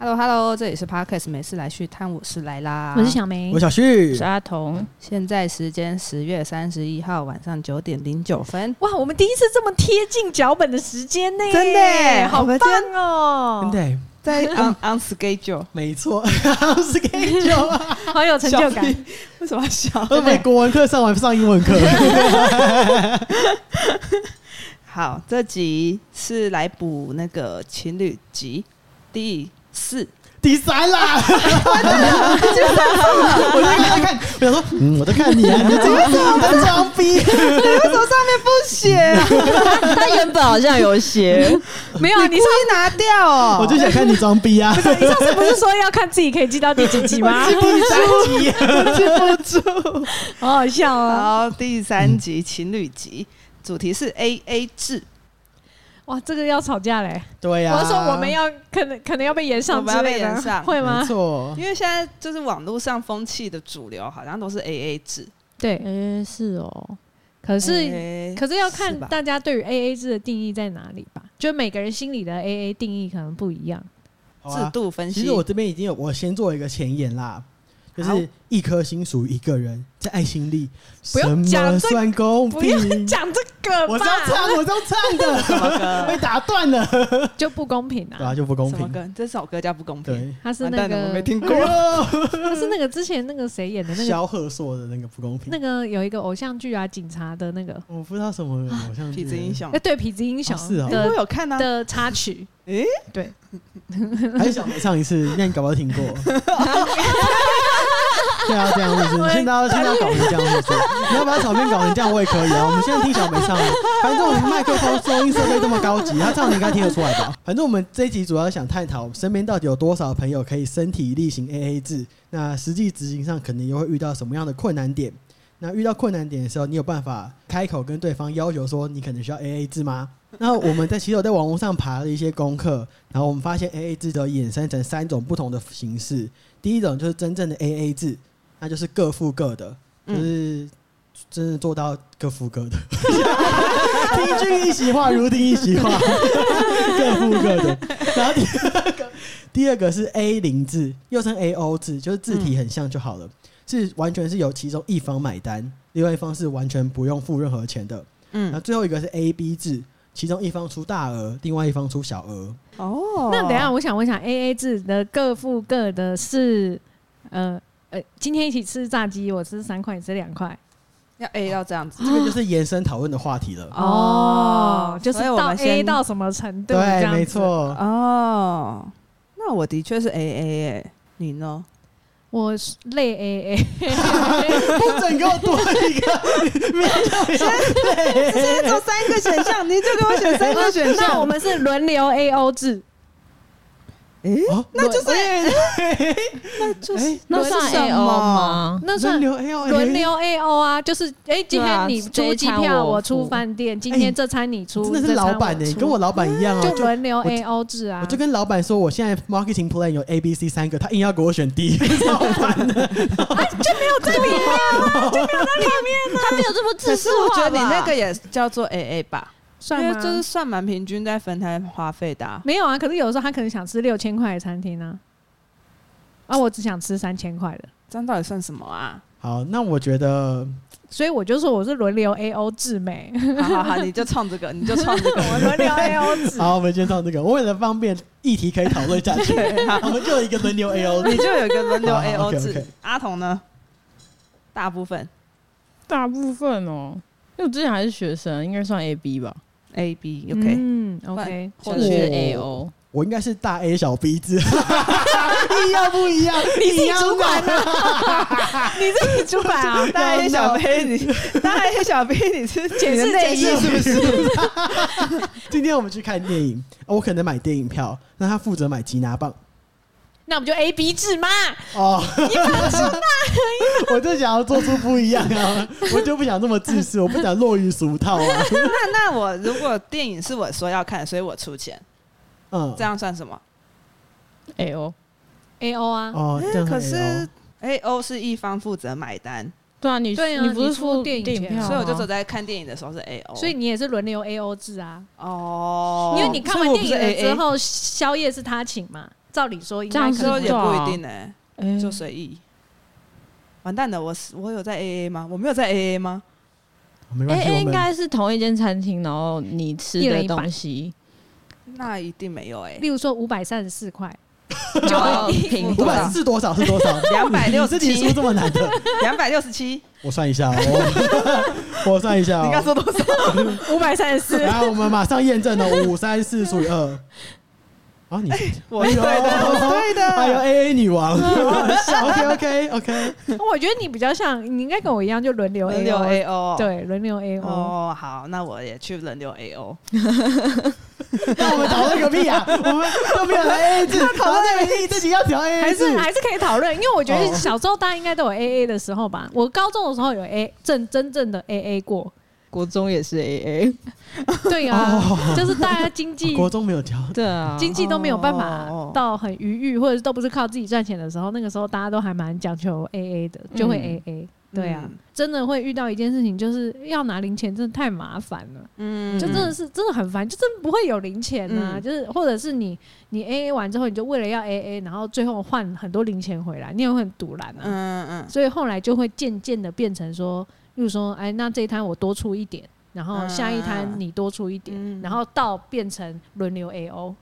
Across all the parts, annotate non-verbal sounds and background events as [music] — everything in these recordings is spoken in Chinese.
Hello Hello，这里是 Podcast，每次来续摊，我是来啦，我是。小梅我，小旭是，阿童。现在时间十月三十一号晚上九点零九分，哇，我们第一次这么贴近脚本的时间呢，真的耶好我们今棒哦，对， [laughs] 在 on on schedule，没错，是给你救 [laughs] 啊！好有成就小感屁。为什么要笑？我们国文课上完上英 [laughs] 文课，好，这集是来补那个情侣集第 [laughs] 四，第三啦！我在看，看，我想说，嗯，我在看 [laughs] 你啊，你在装你在装逼，为什么上面不写啊？他原本好像 [laughs] 有写，没有啊？你你故上意拿掉哦 [laughs] 我就想看你装逼啊！你上次不是说要看自己可以记到第几 [laughs] 集吗？ [laughs] 第三集，记不住。好好笑啊！好，第三集情侣集，主题是 A A 制，哇，这个要吵架嘞！对啊我呀，要说我们要可能可能要被延啊我上们之要被类的延上，会没吗？错，因为现在就是网络上风气的主流，好像都是 A A 制，对，哎，是哦。可是诶可是要是看吧大家对于 A A 制的定义在哪里吧，就每个人心里的 A A 定义可能不一样。好啊制度分析。其实我这边已经有，我先做一个前言啦，就好是一颗心属于一个人，在爱心里，不什用讲么这算公不要平？讲这个我是吧，要唱，我是要唱什么的，被歌？打断了，就不公平对啊啊，！就不公什么平。歌？这首歌叫《不公平》。对，他是完那蛋了，个我没听过。他是那个之前那个谁演的 [laughs] [laughs] 那个萧贺硕的那个不公平，那个有一个偶像剧啊，警察的那哦个我不知道什么偶像剧啊痞子英，雄哎，，对，痞子英雄哦是哦诶我的有看啊。的插曲，诶，对，还是小梅唱一次，那你搞不好听过。对啊，这样子，你现在要现在要搞成这样子，你要把草编搞成这样，我也可以啊。我们现在听小梅唱啊，反正我们麦克风收音设备这么高级，她唱你应该听得出来吧？反正我们这一集主要想探讨身边到底有多少朋友可以身体力行 AA 制，那实际执行上可能又会遇到什么样的困难点？那遇到困难点的时候，你有办法开口跟对方要求说你可能需要 AA 制吗？ [laughs] 那我们在其实有在网络上爬了一些功课，然后我们发现 AA 制则衍生成三种不同的形式。第一种就是真正的 AA 制，那就是各付各的，就是真的做到各付各的， [laughs] 听君一席话，如听一席话， [laughs] 各付各的。然后第二个，第二个是 A 零制，又称 AO 制，就是字体很像就好了，是完全是由其中一方买单，另外一方是完全不用付任何钱的。然后嗯，最后一个是 A B 制，其中一方出大额，另外一方出小额。哦那等一下，我想问一下，A A 制的各付各的是，呃呃，今天一起吃炸鸡，我吃三块，你吃两块，要 A 到这样啊子。这个就是延伸讨论的话题了。哦就是所以我到们先 A 到什么程度？这对，样子啊没。啊错。哦，那我的确是 A A 哎，你呢？我是累 [laughs] A A， [laughs] 不准给我多一 [laughs] 个，没有没有。这有三个选项，你就给我选三个选项。 [laughs] 那我们是轮流 A O 制， [laughs] 诶，哦，那就是 A，那就是哎那轮算什 A O 吗？那算轮流哎 A O 轮流 A O 啊，就是哎、今对啊天你出这一机餐票，我我付出饭店，今哎天这餐你出，真的这是餐老板呢、我出跟我老板一样哦、就就轮啊流我就 A O 制啊。我就跟老板说，我现在 marketing plan 有 A、B、C 三个，他硬要给我选 D，超 [laughs] 烦的。啊他没有这么可自是私我觉化得你那吧个也叫做 A A 吧，算因吗？为就是算蛮平均在分摊花费的、啊。没有啊，可是有时候他可能想吃六千块的餐厅呢、啊，我只想吃三千块的，这样到底算什么啊？好，那我觉得所以我就说我是轮流 A O 制美， [laughs] 好好好，你就创这个，你就创这 [laughs] 个。我轮流 A O 制。好，我们先到这个。我为了方便议题可以讨论下 [laughs] 去，对， [laughs] 好，我们就有一个轮流 A O 你就有一个轮流 [laughs] 好好 A O 制 OK，OK。阿童呢？大部分大部分哦，因为我之前还是学生，应该算 A B 吧， A B OK，嗯，OK，不然我是哦 A O，我应该是大 A 小 B 字， [laughs] 一样不一样？你是主管呢？你主管啊，大 A 小 B，你 [laughs] 大嗯 A [laughs] 小 B，你是解释内衣是不是？ [laughs] 今天我们去看电影，啊我可能买电影票，那他负责买吉拿棒那我们就 A B 制嘛。哦。 [laughs] 哎我就想要做出不一样啊， [laughs] 我就不想这么自私，我不想落于俗套啊。那那我如果电影是我说要看，所以我出钱，嗯这，样算什么？ A O， A O 啊，哦，这样可很 A 是哦。 A O 是一方负责买单，对啊，你对啊你不你是出出电影影啊钱票吗，所以我就只有在看电影的时候是 A O。哦所以你也是轮流 A O 制啊，哦，因为你看完所以我电不影是了 AA 之后，宵夜是他请嘛，照理说应这该样可是说能也不一定哎、哎就随意。完蛋了，我是我有在 AA 吗？我没有在 AA 吗？没关哎系，哎，我应们该是同一间餐厅，然后你吃一人的一半东西那一定没有 [laughs] 哦哎、例如说五百三十 [laughs] 四块，就平五多等少百是多少是多少？ 267你自己出这么难的，两百六十七，我算一下哦， [laughs] 我算一下你刚哦。说多少？五百三十四，来，我们马上验证了五三四除以二。啊，你我哎是对的， [laughs] 我是对的。哎呦，A A 女王，OK OK [laughs] OK， [laughs] 我觉得你比较像，你应该跟我一样，就轮流轮流 A A O，，对，轮流 A O。哦，好，那我也去轮流 A O。那我们讨论个屁啊！我们都没 [laughs] 有来 A A 制，讨论这个自己要调 A 还 A 制是，还是可以讨论，因为我觉哦得小时候大家应该都有 A A 的时候吧。我高中的时候有 A 正真正的 A A 过，国中也是 A A，对哦啊，就是大家经济国中没有调，对啊经济都没有办法哦到很余裕，或者是都不是靠自己赚钱的时候，那个时候大家都还蛮讲求 A A 的，就会 A A。对啊嗯，真的会遇到一件事情，就是要拿零钱，真的太麻烦了。嗯就真的是真的很烦，就真的不会有零钱呐、嗯就是或者是你你 A A 完之后，你就为了要 A A，然后最后换很多零钱回来，你也会很堵然啊。嗯嗯所以后来就会渐渐的变成说，例如说，哎，那这一摊我多出一点，然后下一嗯嗯摊嗯你多出一点，嗯然后到变成轮流 A O，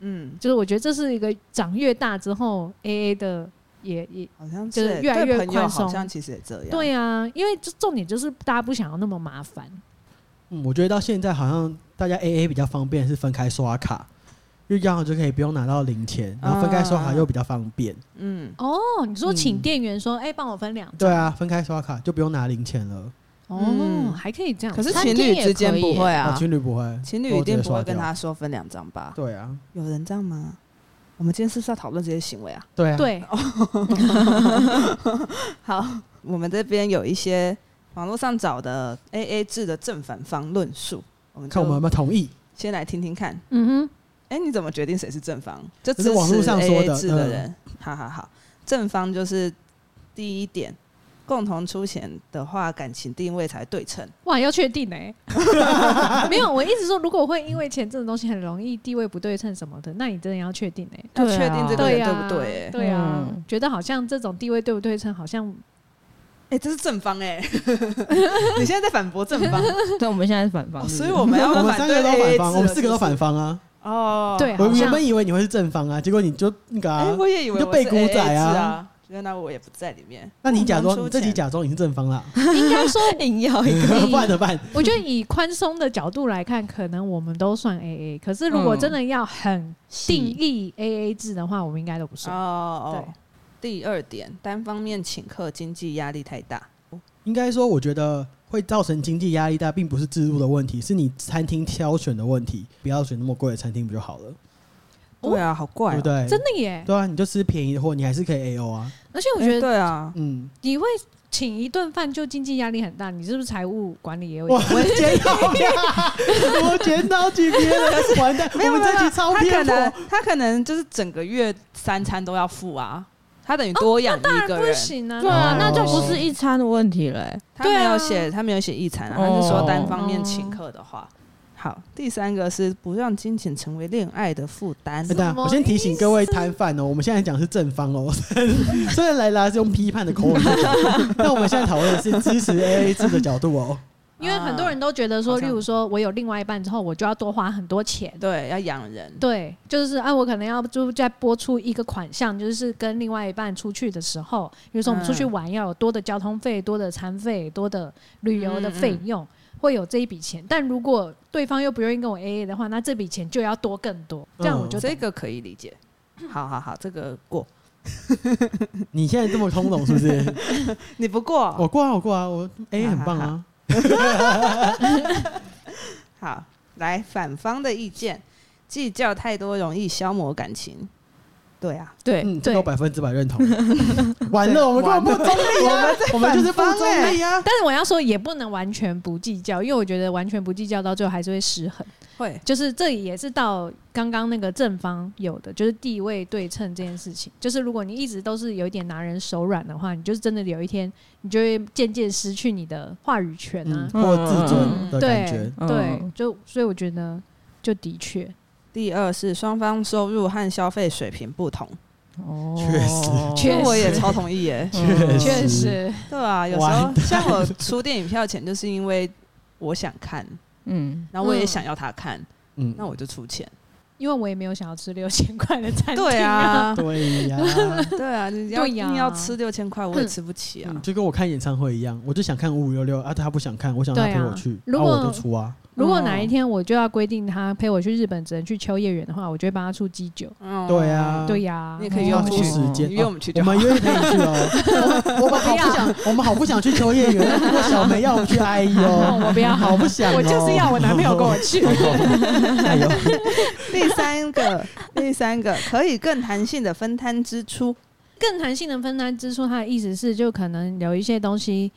嗯，就是我觉得这是一个长越大之后 A A 的也也好像就是欸越对来越朋友宽好松像其实也这样。对啊，因为就重点就是大家不想要那么麻烦，嗯，我觉得到现在好像大家 A A 比较方便，是分开刷卡，因为这样就可以不用拿到零钱，啊然后分开刷卡又比较方便。嗯，哦，你说请嗯店员说，哎、帮我分两张，对啊，分开刷卡就不用拿零钱了。哦嗯，还可以这样。可是餐情厅侣也之间可以不欸会啊，啊，情侣不会，情都侣直一定接不刷会跟掉他说分两张吧？对啊，有人这样吗？我们今天是不是要讨论这些行为 [laughs] 啊？对啊，对，好，我们这边有一些网络上找的 A A 制的正反方论述，我们看我们有就没有同意。先来听听看。嗯哎、你怎么决定谁是正方？就这支是持网络上说 AA 的嗯制的人，好好好，正方就是第一点，共同出钱的话，感情定位才对称哼。，哇，要确定哎、没有，我一直说，如果会因为钱这种东西很容易地位不对称什么的，那你真的要确定哎、要对啊确定这个对人呀、对不对、欸？哎、对啊，嗯觉得好像这种地位对不对称，好像这是正方哎、 [laughs] 你现在在反驳正 [laughs] 方，但我们现在是反方哦是不是，所以我们要我们反三对个都 AA 反制方，我们四个了都是不反是方啊。哦，对我好像原本以为你会是正方啊，结果你就那个哎、啊，我也以为你就我是被古仔啊 AA 制啊，原来我也不在里面。那你假共装同你出自己钱假装你是正 [laughs] 方啦，应该说，硬要一个不然怎么办？我觉得以宽松的角度来看，可能我们都算 A A。可是如果嗯真的要很定戏，义嗯 A A 制的话，我们应该都不算。哦哦，第二点，单方面请客经济压力太大。应该说，我觉得会造成经济压力大，并不是制度的问题，是你餐厅挑选的问题，不要选那么贵的餐厅不就好了，哦对啊，好怪、对哦不对？真的耶！对啊，你就吃便宜的货，你还是可以 A O 啊。而且我哎觉得对啊，嗯，你会请一顿饭就经济压力很大，你是不是财务管理也有我 [laughs] 检讨呀，我检讨几遍了，完蛋， [laughs] 没有我没有，们这没有集超他可偏颇。能他可能就是整个月三餐都要付啊，他哦等于多养一个不人，行啊？对啊哦，那就不是一餐的问题了欸。他没有对写他没有写一餐啊，他哦是说单方面请客的话。好，第三个是不让金钱成为恋爱的负担哎。等一下我先提醒各位摊贩哦，我们现在讲是正方哦， [laughs] 虽然莱拉是用批判的口吻在讲，但我们现在讨论的是支持 A A 制的角度哦。因为很多人都觉得说，好例像如说我有另外一半之后，我就要多花很多钱。对要养人，对，就是啊，我可能要就再拨出一个款项，就是跟另外一半出去的时候，比如说我们出去嗯玩要有多的交通费、多的餐费、多的旅游的费用，会有这一笔钱。但如果对方又不愿意跟我 AA 的话，那这笔钱就要多更多，这嗯样我就、这个可以理解。好好好，这个过你现在这么通懂是不是？你不过 [laughs] 我过啊，我过啊，我 A 很棒好啊。好，来反方的意见，计较太多容易消磨感情。对啊，对嗯，这对个我。百分之百认同。完了，我们根本不中立啊！ [laughs] 我们就是不反方中欸立啊！但是我要说，也不能完全不计较，因为我觉得完全不计较到最后还是会失衡。会就是这也是到刚刚那个正方有的，就是地位对称这件事情。就是如果你一直都是有一点拿人手软的话，你就是真的有一天，你就会渐渐失去你的话语权啊嗯，。或自尊的对感觉，对嗯，就所以我觉得，就的确，第二是双方收入和消费水平不同，哦，确实确这我也实超同意耶、嗯确实，对啊，有时完候像我出电影票钱，就是因为我想看，嗯，然后我也嗯想要他看，嗯，那我就出钱。因为我也没有想要吃六千块的餐厅对，啊，对呀、对啊，你要对硬呀要吃六千块，我也吃不起啊嗯。就跟我看演唱会一样，我就想看五五六六啊，他不想看，我想他对陪啊我去，如啊、我果就出啊。 [laughs] 如果哪一天我就要规定他陪我去日本，只能去秋叶原的话，我就会帮他出鸡酒。嗯对啊对呀，嗯你也可以要约我们出去，时间，你约我们去我就好们。约可以去哦。我们好不想，我们好不想去秋叶 [laughs] 原，如果小梅要我们去，哎呦，嗯我 [laughs] 不要好不想、哦，我就是要我男朋友跟我 [laughs] 去哎呦，第三 [laughs] 个，第三个可以更弹性的分摊支出。更弹性的分担支出，它的意思是，就可能有一些东西，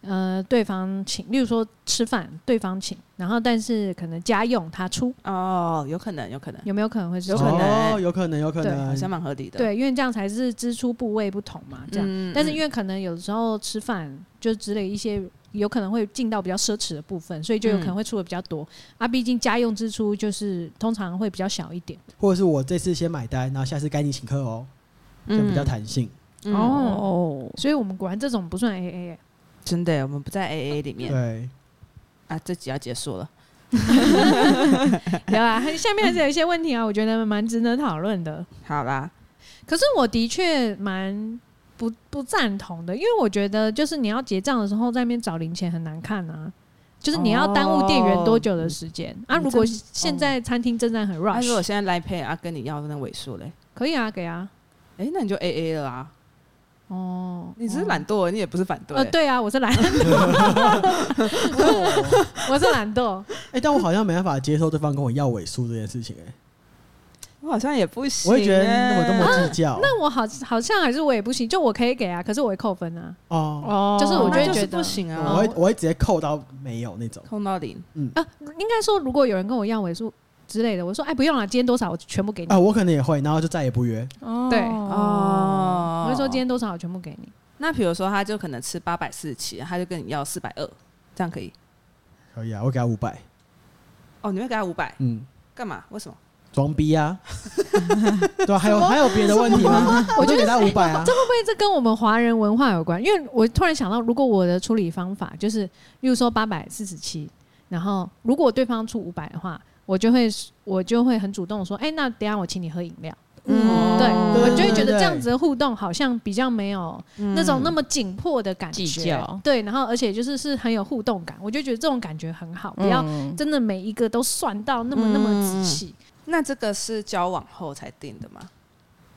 呃，对方请，例如说吃饭，对方请，然后但是可能家用他出，哦，有可能，有可能，有没有可能会是有可能哦，有可能，有可好能，像蛮合理的。，对，因为这样才是支出部位不同嘛，这样。嗯但是因为为可能有时候吃饭就之类一些。有可能会进到比较奢侈的部分，所以就有可能会出的比较多、啊。毕竟家用支出就是通常会比较小一点。或者是我这次先买单，然后下次该你请客哦，嗯这样比较弹性。哦，哦，所以我们果然这种不算哎 A A，真的，我们不在 A A 里面对，啊，这集要结束了。有啊，还下面还是有一些问题啊，我觉得蛮值得讨论的。好啦，可是我的确蛮不不赞同的，因为我觉得就是你要结账的时候在那边找零钱很难看啊，就是你要耽误店员多久的时间、啊？嗯如果真现在餐厅正在很那如 rush，、果现在来 pay 啊，跟你要那尾数嘞，可以啊，给啊，哎，那你就 A A 了啊。哦，你只是哦。懒惰，你也不是反对呃，。对啊，我是懒， [laughs] 我是懒惰，哎、但我好像没办法接受对方跟我要尾数这件事情、哎， [laughs] 我好像也不行。欸我也觉得我这啊么计较，那我好好像还是我也不行，就我可以给啊，可是我会扣分啊，哦，哦，就是我我就会觉得不行我啊，会我会直接扣到没有那种。空到零。啊，应该说如果有人跟我要尾数之类的，我说哎不用了，今天多少我全部给你，哦啊，我可能也会，然后就再也不约。哦对哦，哦我会说今天多少我全部给你，那比如说他就可能吃八百四十七，他就跟你要四百二，这样可以？可以啊，我给他五百，哦，你会给他五百，嗯，干嘛？为什么？装 [laughs] 逼啊，对啊，还有还有别的问题吗？我我就觉得给他五百啊，会不会这跟我们华人文化有关？因为我突然想到，如果我的处理方法就是，例如说八百四十七，然后如果对方出五百的话，我就会我就会很主动地说，哎、那等一下我请你喝饮料。嗯对，对我就会觉对得对这样子的互动好像比较没有那种那么紧迫的感觉。计较对，然后而且就是是很有互动感，我就觉得这种感觉很好，不要嗯真的每一个都算到那么那么仔细。那这个是交往后才定的吗？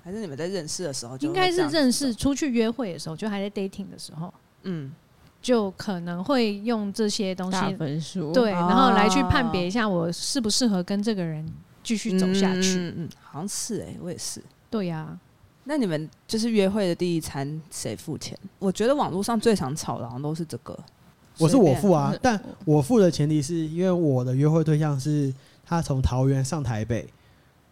还是你们在认识的时候就应会该是这样子认识出去约会的时候，就还在 dating 的时候。嗯，就可能会用这些东西打，分数，对，哦然后来去判别一下我适不适合跟这个人继续走下嗯去。嗯嗯，好像是哎、我也是。对呀、那你们就是约会的第一餐谁付钱？我觉得网络上最常吵的好像都是这个。我是随我便嗯付啊是，但我付的前提是因为我的约会对象是他从桃园上台北，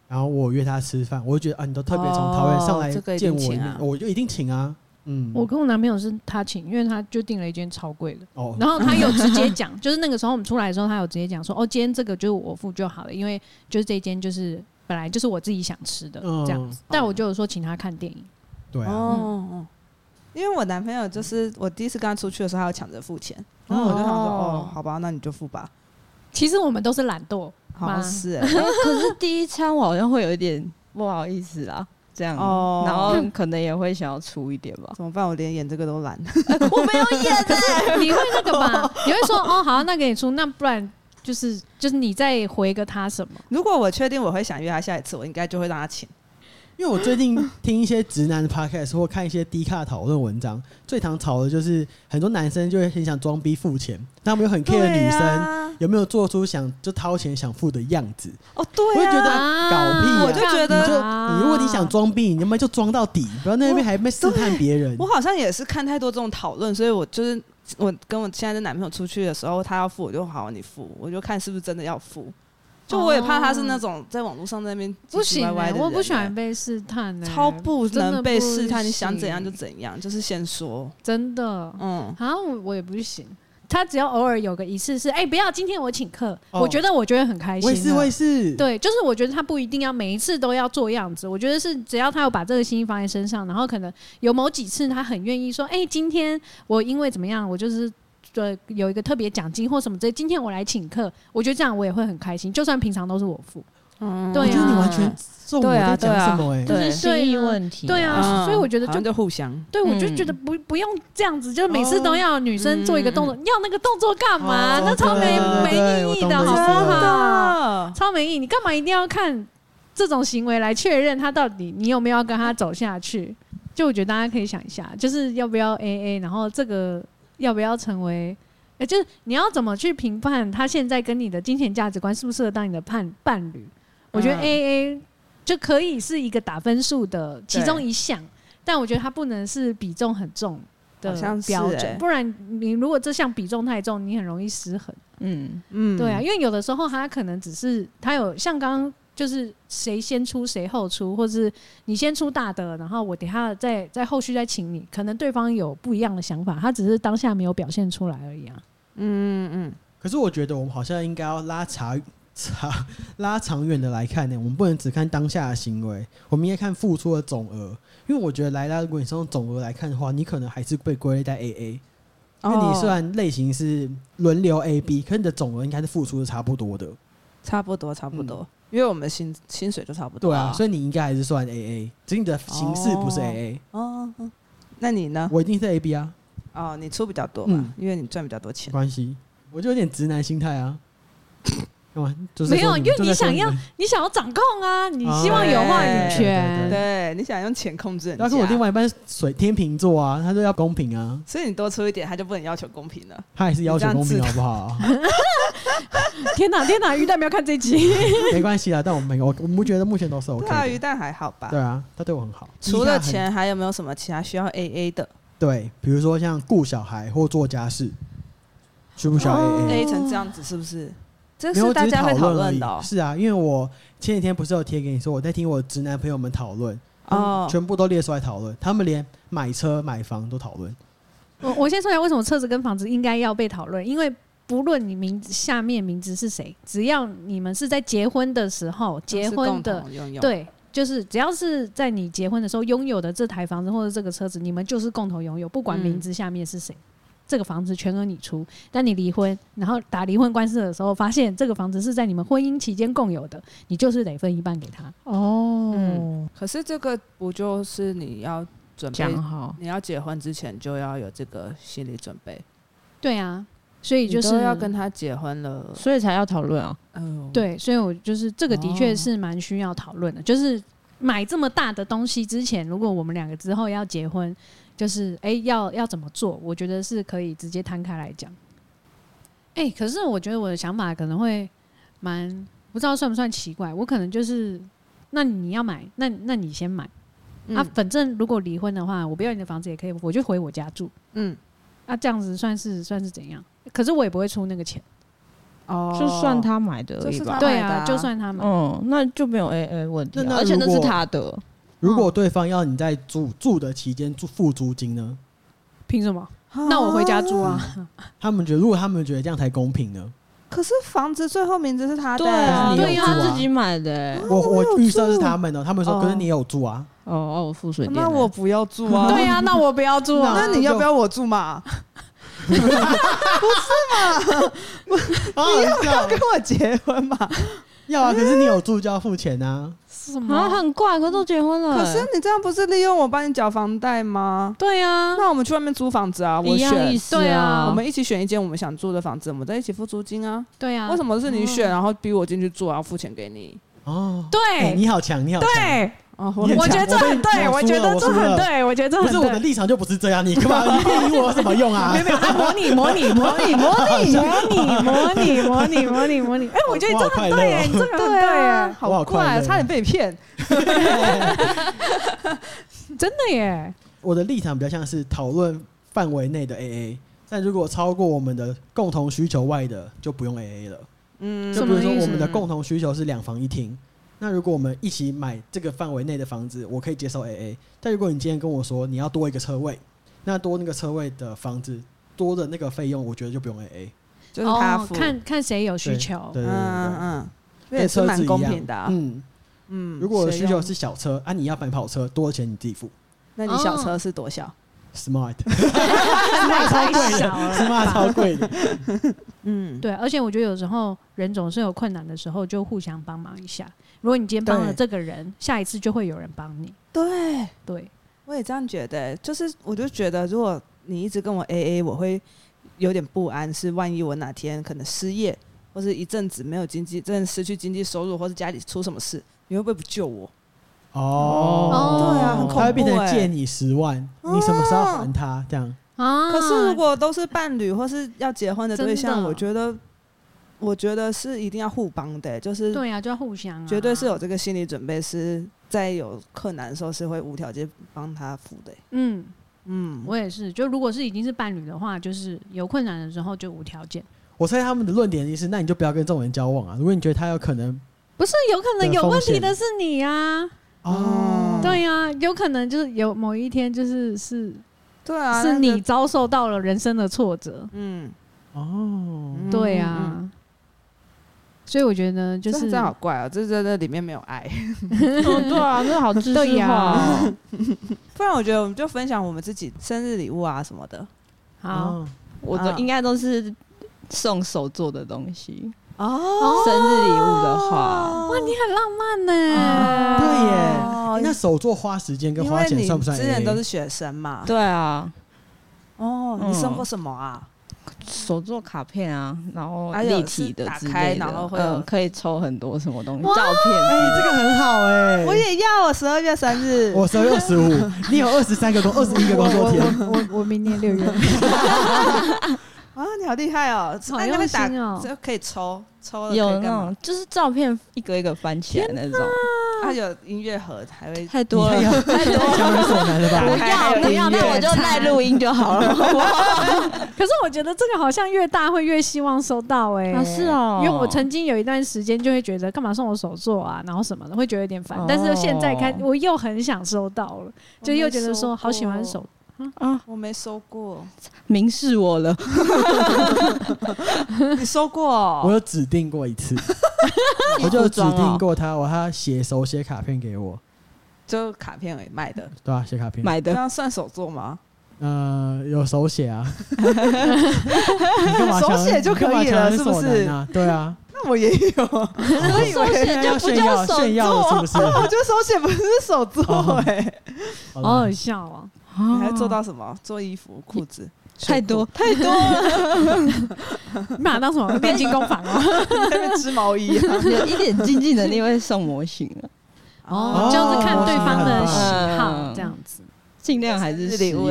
然后我约他吃饭，我就觉得啊，你都特别从桃园上哦这个来一定见我一请面，啊我就一定请啊。嗯，我跟我男朋友是他请，因为他就订了一间超贵 [laughs] 的，哦，然后他有直接讲，就是那个时候我们出来的时候，他有直接讲说，哦，今天这个就是我付就好了，因为就是这间就是本来就是我自己想吃的、嗯这样子，但我就有说请他看电影，对啊，哦哦，因为我男朋友就是我第一次跟他出去的时候，他要抢着付钱，然后我就想说，哦哦，好吧，那你就付吧。其实我们都是懒惰，好像是哎、可是第一餐我好像会有一点不好意思啦，这样，哦然后可能也会想要出一点吧。怎么办？我连演这个都懒。 [laughs] [laughs] 我没有 [laughs] 演，可是你会那个吧？你会说哦，好，那给你出，那不然就是就是你再回个他什么？如果我确定我会想约他下一次，我应该就会让他请。因为我最近听一些直男的 podcast 或看一些低卡讨论文章，最常吵的就是很多男生就会很想装逼付钱，但他们又很 care 女生、啊、有没有做出想就掏钱想付的样子。哦，对、啊，我就觉得啊搞屁啊我就觉得你就啊你如果你想装逼，你他妈就装到底，不要在那边还没试探别人我。好像也是看太多这种讨论，所以我就是我跟我现在的男朋友出去的时候，他要付我就好，你付，我就看是不是真的要付。就我也怕他是那种在网络上在那边不唧唧行、欸歪歪的人、我哦啊不喜欢被试探、欸，超不真的能被试探，不你想怎样就行怎样，就是先说，真的嗯，啊，我我也不行。他只要偶尔有个一次是，哎、不要，今天我请客，哦我觉得我觉得很开心啊我了。也是，我也是。对，就是我觉得他不一定要每一次都要做样子，我觉得是只要他有把这个心意放在身上，然后可能有某几次他很愿意说，哎、今天我因为怎么样，我就是。对，有一个特别奖金或什么之类，今天我来请客，我觉得这样我也会很开心。就算平常都是我付，嗯我对觉得啊你完全中我对啊在讲对啊什么哎。就对是心意对啊问题。对啊，嗯所以我觉得好就像就互相，对，我就嗯觉得不不用这样子，就每次都要女生做一个动作，要那个动作干嘛？嗯哦那超没对对没意义我懂你的，意思好真不好？的，超没意义，你干嘛一定要看这种行为来确认他到底你有没有要跟他走下去？就我觉得大家可以想一下，就是要不要 A A，然后这个要不要成为，呃，就是你要怎么去评判他现在跟你的金钱价值观适不适合当你的伴伴侣？我觉得嗯 A A 就可以是一个打分数的其中对一项，但我觉得它不能是比重很重的好像是标准，欸不然你如果这项比重太重，你很容易失衡。嗯，嗯对啊，，因为有的时候他可能只是他有像刚刚就是谁先出谁后出，或是你先出大的，然后我等下再再后续再请你，可能对方有不一样的想法，他只是当下没有表现出来而已啊。嗯嗯可是我觉得我们好像应该要拉长 [laughs] 长拉长远的来看呢，我们不能只看当下的行为，我们应该看付出的总额。因为我觉得莱拉，如果你是用总额来看的话，你可能还是被归类在 A A，因嗯，为你哦虽然类型是轮流 A B，可你的总额应该是付出的差不多的。差不多差不嗯多，因为我们的薪薪水就差不多，对啊，所以你应该还是算 A A，只是你的形式不是哦 A A，、哦，嗯那你呢？我一定是 A B 啊，哦，你出比较多嘛嗯，因为你赚比较多没钱。关系，我就有点直男心态啊。 [coughs] 干嘛？就是没有说因为就你在想说们要你想要掌控啊，你哦希望有话语哎对权。对，你想用钱控制人家，要跟我另外一半水天秤座啊，他就要公平啊，所以你多出一点，他就不能要求公平了。他也是要求公你这平，样好不好？ [laughs] 天哪，天哪，鱼蛋不要看这集。没关系啦，啊但我们我我们觉得目前都是 OK 对啊，鱼的。蛋还好吧对？啊，他对我很好。除了依赖很，钱，还有没有什么其他需要 A A 的对，比如说像顾小孩或做家事，需不需要 A A？ ？A 成这样子是不是？哦这没有，是我只大是家会讨讨而论已的。哦是啊，因为我前几天不是有贴给你说，我在听我直男朋友们讨论，哦。全部都列出来讨论，他们连买车买房都讨论。我我先说一下为什么车子跟房子应该要被讨论，因为不论你名字下面名字是谁，只要你们是在结婚的时候结婚都是共的，同拥有，对，就是只要是在你结婚的时候拥有的这台房子或者这个车子，你们就是共同拥有，不管嗯名字下面是谁。这个房子全额你出，但你离婚，然后打离婚官司的时候，发现这个房子是在你们婚姻期间共有的，你就是得分一半给他。哦嗯，可是这个不就是你要准备讲，好，你要结婚之前就要有这个心理准备，对啊，所以你就是都要跟他结婚了，所以才要讨论啊。嗯，对，所以我就是这个的确哦是蛮需要讨论的，就是买这么大的东西之前，如果我们两个之后要结婚，就是哎、要要怎么做，我觉得是可以直接摊开来讲。哎、可是我觉得我的想法可能会蛮不知道算不算奇怪，我可能就是那你要买，那那你先买、嗯啊，反正如果离婚的话，我不要你的房子也可以，我就回我家住嗯，啊，这样子算是算是怎样？可是我也不会出那个钱，哦，就算他买的而这已是吧他。对买的啊，啊就算他买，哦，那就没有 A A 问题啊、那那而且那如是果他的，如果对方要你在住住的期间住付租金呢？凭什么？那我回家住啊。他们觉得，如果他们觉得这样才公平呢？可是房子最后名字是他的、啊对对啊，啊自己买的欸、哦我我预设是他们哦，他们说，哦可是你有住啊，哦哦，我付水电那的。我不要住啊。对呀、那我不要住啊。那你要不要我住嘛？ [laughs] 啊，要跟我结婚嘛？要啊，可是你有住就要付钱啊，什啊，很怪，可都结婚了欸、可是你这样不是利用我帮你缴房贷吗？对啊，那我们去外面租房子啊，我一样意选。思、对啊我啊。们一起选一间我们想住的房子，我们再一起付租金啊。对啊，为什么是你选，然后逼我进去住，然后付钱给你？哦，哎对你好强，你好强，对，哦，我很我觉强得这很对，我我被觉得我这输了很我输了对，我觉得这不是我的很对。立场就不是这样，你干 [laughs] 嘛？你骗我有什么用 [laughs] 啊没？有没有，啊模拟模拟模 [laughs] 拟模拟模拟模拟模拟模拟模拟，哎，我觉得你我好这快很乐对耶，哦你这个很对对啊，耶，我好好快怪，乐差点被骗。真的耶，我的立场比较像是讨论范围内的 AA，但如果超过我们的共同需求外的，就不用 AA 了。嗯就什比么如说意思我们的共同需求是两房一厅，那如果我们一起买这个范围内的房子，我可以接受 AA。但如果你今天跟我说你要多一个车位，那多那个车位的房子多的那个费用，我觉得就不用 AA。就是他哦付，看看谁有需对求，对对对嗯嗯对嗯，这对，也跟是车子蛮一公样平的啊。嗯，嗯，如果谁需求用是小车啊，你要买跑车，多的钱你自己付。那你小车是多小？ [laughs] Smart 太超 [laughs] 贵的少了吧，Smart 超贵 [laughs] 的，嗯，对，而且我觉得有时候人总是有困难的时候，就互相帮忙一下。如果你今天帮了对这个人，下一次就会有人帮你。对，对，我也这样觉得欸、就是我就觉得，如果你一直跟我 A A，我会有点不安，是万一我哪天可能失业，或是一阵子没有经济，真的失去经济收入，或是家里出什么事，你会不会不救我？哦，对啊很恐怖他会变成欸借你十万，你什么时候还他？这样啊，可是如果都是伴侣或是要结婚的对真象，的我觉得，我觉得是一定要互帮的欸、就是对呀、就要互相、啊，绝对是有这个心理准备，是在有困难的时候是会无条件帮他付的欸、嗯，嗯，我也是。就如果是已经是伴侣的话，就是有困难的时候就无条件，我猜他们的论点就是，那你就不要跟这种人交往啊。如果你觉得他有可能，不是有可能的有风问题险的是你啊，哦，对呀、有可能就是有某一天就是是、对啊，是那你就遭受到了人生的挫折，嗯，哦，嗯对啊呀、嗯嗯所以我觉得就这是真好怪哦、这真的里面没有爱。嗯对啊，那好知对识呀化哦。 [laughs] 不然我觉得我们就分享我们自己生日礼物啊什么的。 [laughs] 好。哦， [laughs] 我的啊应该都是送手做的东西，哦生日礼物的话，哇，你很浪漫呢、对啊耶，哎那手做花时间跟哦因花为钱你算不算 AA？之前都是学生嘛。对啊，哦，你嗯送过什么啊？手做卡片啊，然后还有立体的是打之类的开然后会有嗯可以抽很多什么东西哇照哎、片，这个很好哎、我也要，我十二月生日。 [laughs] 我十二月二 [laughs] 十五，你有二十三个工，二十一个工作天，我我我明年六月。啊，你好厉害哦！好那你会打用心哦这可以抽抽了可有以那干嘛种就是照片一个一个翻起来那种，啊，有音乐盒还会太你多了。要太强人所难了打吧？开还有不音要，乐那我就带录音就好了。可是我觉得这个好像越大会越希望收到哎、啊是哦因为我曾经有一段时间就会觉得干嘛送我手作啊，然后什么的，会觉得有点烦。但是现在开哦我又很想收到了，就又觉得说好喜欢手， [laughs] 啊，我没收 [laughs] 过，明示我 [laughs] 了，你收过我哦？有指定过一次，我就指定过他，我他写手写卡片给我，就卡片而已卖的，对吧、写卡片，买这的。样算手作吗？嗯呃，有手 [laughs] 写啊，你干嘛手写就可以了你干嘛强人是不所是难啊？对 [laughs] 啊，那我也有，我 [laughs] 以为这就不炫耀叫手炫耀了作是不我觉是？得手写不是手作哦哎、好好啦好笑哦、你还做到什么？做衣服、裤 [laughs] 子，太 [laughs] 多太多了，你把它当什么变金工坊哦、在那边织毛衣、啊。有一点经济能力会送模型啊， [laughs] 哦，就是看对方的喜好嗯这样子。尽量还是实生日礼用。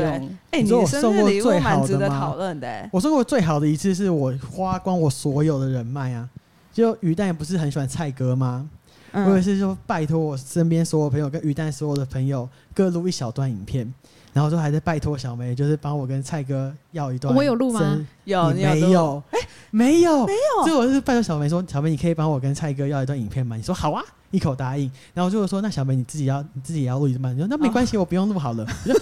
哎、你你说的我生送日过礼物最好蛮的值得吗讨论的、欸。 [laughs] 我送过最好的一次是我花光我所有的人脉啊，就鱼蛋不是很喜欢蔡哥吗？我有一嗯，次就拜托我身边所有朋友跟鱼蛋所有的朋友各录一小段影片，然后就还在拜托小梅，就是帮我跟蔡哥要一段。我有录吗？有你你有没录有？哎、没有，没有所以我就是拜托小梅说：“小梅，你可以帮我跟蔡哥要一段影片吗？”你说：“好啊。”一口答应，然后我就说：“那小梅你自己要你自己也要录一段吗？”你说：“那没关系，我不用录好了。”我就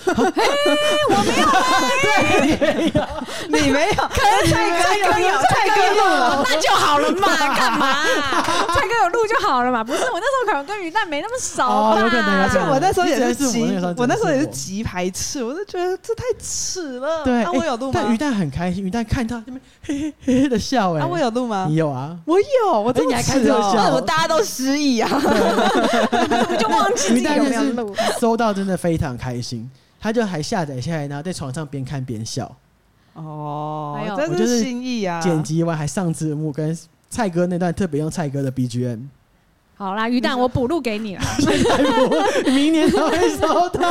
你没有，哦可是蔡哥 [laughs] 有录，蔡哥有录，那就好 [laughs] 了嘛，干嘛、蔡哥有录就好了嘛，不是我那时候可能跟鱼蛋没那么熟吧？哦有可能有而可且能我那时候也是你只能是极我那个时候，我那时候也是只能是我极排斥，我就觉得这太耻了。对，啊，哎我有录吗？但鱼蛋很开心，鱼蛋看到那边嘿嘿嘿嘿的笑、哎、啊，我有录吗你？有啊？我有，我这哎你么还耻开这个哦笑那我大家都失忆啊，我就忘记自己鱼蛋有没有就录。是收到真的非常开心，他就还下载下来，然后在床上边看边笑。还有哦，我这就是是心意啊！剪辑完还上字幕，跟蔡哥那段特别用蔡哥的 BGM，好啦，鱼蛋，我补录给你啦，明年才会收到。